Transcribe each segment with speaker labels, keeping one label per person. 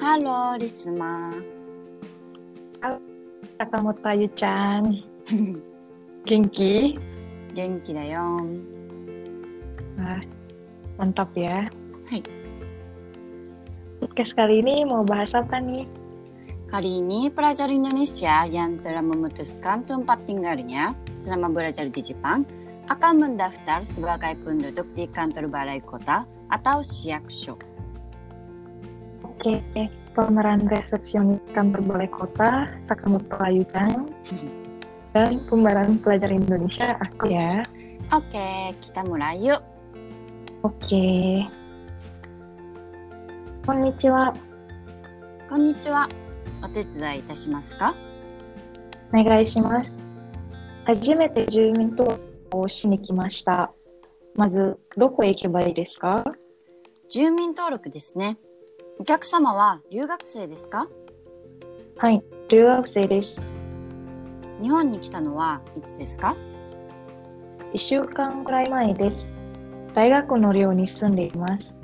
Speaker 1: ハロー、リスマー。
Speaker 2: 坂本あゆちゃん、元気?
Speaker 1: Genki da yo.
Speaker 2: Wah, mantap ya.
Speaker 1: Hai.
Speaker 2: Podcast kali ini mau bahas apa nih?
Speaker 1: Kali ini pelajar Indonesia yang telah memutuskan tempat tinggalnya selama belajar di Jepang akan mendaftar sebagai penduduk di kantor balai kota atau shiakusho.
Speaker 2: Oke, pemeran resepsionis kantor balai kota, Sakamoto Ayu Chan. Dan pemeran pelajar Indonesia, aku ya.
Speaker 1: Oke, kita mulai yuk.
Speaker 2: Oke. Konnichiwa,
Speaker 1: こんにちは。お手伝いいたしますか
Speaker 2: お願いします。初めて住民登録をしに来ました。まず、どこへ行けばいいですか
Speaker 1: 住民登録ですね。お客様は留学生ですか
Speaker 2: はい、留学生です。
Speaker 1: 日本に来たのはいつですか
Speaker 2: 1週間くらい前です。大学の寮に住んでいます。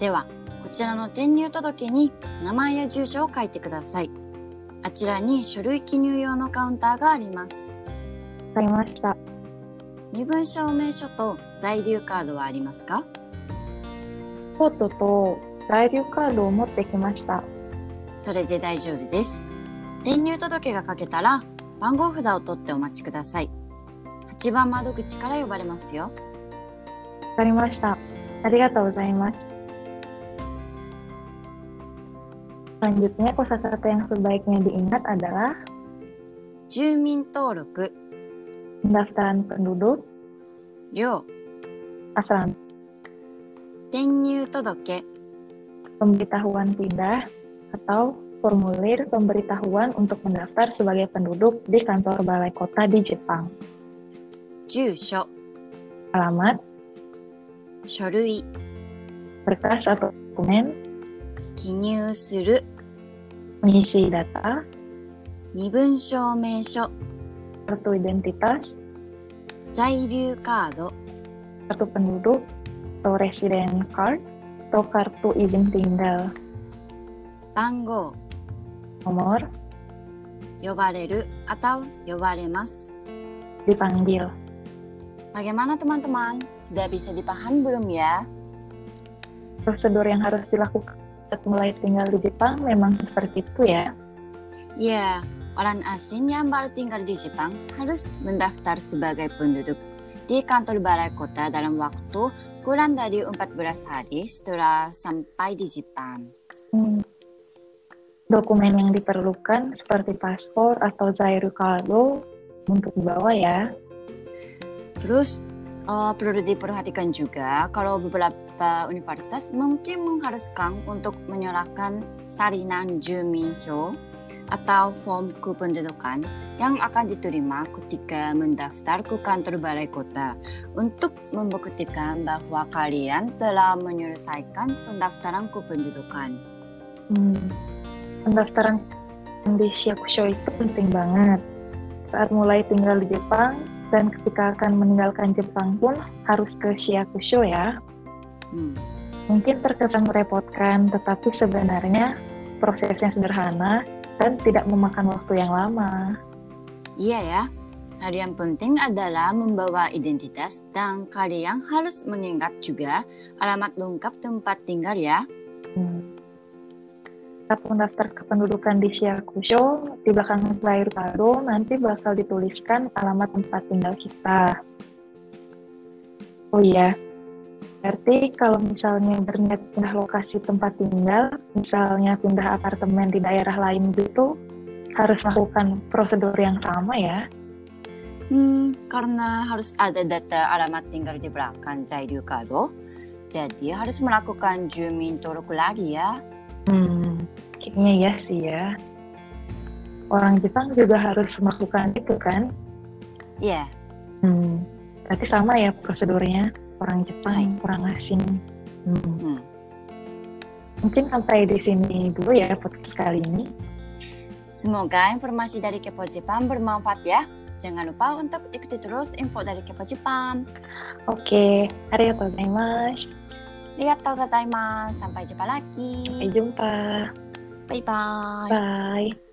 Speaker 1: では、こちらの転入届に名前や住所を書いてください。あちらに書類記入用のカウンターがあります。
Speaker 2: わかりました。
Speaker 1: 身分証明書と在留カードはありますか
Speaker 2: パスポートと在留カードを持ってきました。
Speaker 1: それで大丈夫です。転入届が書けたら番号札を取ってお待ちください。8番窓口から呼ばれますよ。
Speaker 2: わかりました。ありがとうございます。Selanjutnya kosakata yang sebaiknya diingat adalah
Speaker 1: 住民登録、
Speaker 2: pendaftaran penduduk,
Speaker 1: 寮、
Speaker 2: asrama,
Speaker 1: 転入届、
Speaker 2: pemberitahuan pindah, atau formulir pemberitahuan untuk mendaftar sebagai penduduk di kantor balai kota di Jepang.
Speaker 1: 住所、
Speaker 2: Alamat,
Speaker 1: 書類、
Speaker 2: berkas atau dokumen,
Speaker 1: 記入する、
Speaker 2: mengisi data,
Speaker 1: 身分証明書、
Speaker 2: kartu identitas,
Speaker 1: 在留カード、
Speaker 2: kartu penduduk, atau resident card, atau kartu izin tinggal,
Speaker 1: 番号、
Speaker 2: nomor,
Speaker 1: 呼ばれる、あたう、呼ばれます。
Speaker 2: dipanggil.
Speaker 1: Bagaimana teman-teman? Sudah bisa dipaham belum ya?
Speaker 2: Prosedur yang harus dilakukan saat mulai tinggal di Jepang memang seperti itu ya.
Speaker 1: Ya, orang asing yang baru tinggal di Jepang harus mendaftar sebagai penduduk di kantor balai kota dalam waktu kurang dari 14 hari setelah sampai di Jepang.
Speaker 2: Hmm. Dokumen yang diperlukan seperti paspor atau zairu kaldo untuk dibawa ya.
Speaker 1: Terus eh, perlu diperhatikan juga kalau beberapa universitas mungkin mengharuskan untuk menyerahkan salinan juminhyo atau form kependudukan yang akan diterima ketika mendaftar ke kantor balai kota untuk membuktikan bahwa kalian telah menyelesaikan pendaftaran kependudukan.
Speaker 2: Hmm. Pendaftaran di Shiakusho itu penting banget. Saat mulai tinggal di Jepang dan ketika akan meninggalkan Jepang pun harus ke Shiakusho ya.
Speaker 1: Hmm.
Speaker 2: Mungkin terkesan merepotkan, tetapi sebenarnya prosesnya sederhana dan tidak memakan waktu yang lama.
Speaker 1: Iya ya. Hal yang penting adalah membawa identitas dan kalian harus mengingat juga alamat lengkap tempat tinggal ya.
Speaker 2: Hmm. Saat mendaftar kependudukan di Shiakusho, di belakang layar kado nanti bakal dituliskan alamat tempat tinggal kita. Oh iya, berarti kalau misalnya berniat pindah lokasi tempat tinggal, misalnya pindah apartemen di daerah lain gitu, harus melakukan prosedur yang sama ya.
Speaker 1: Hmm, karena harus ada data alamat tinggal di belakang Zairyu Kado, jadi harus melakukan jumin tolok lagi ya.
Speaker 2: Hmm, kayaknya iya sih ya. Orang Jepang juga harus melakukan itu kan?
Speaker 1: Iya,
Speaker 2: Hmm, berarti sama ya prosedurnya orang Jepang,
Speaker 1: Hai.
Speaker 2: orang asing. Hmm.
Speaker 1: hmm.
Speaker 2: Mungkin sampai di sini dulu ya podcast kali ini.
Speaker 1: Semoga informasi dari Kepo Jepang bermanfaat ya. Jangan lupa untuk ikuti terus info dari Kepo Jepang.
Speaker 2: Oke, arigatou gozaimasu.
Speaker 1: Arigatou gozaimasu. Sampai jumpa lagi.
Speaker 2: Sampai jumpa.
Speaker 3: Bye bye.
Speaker 1: Bye.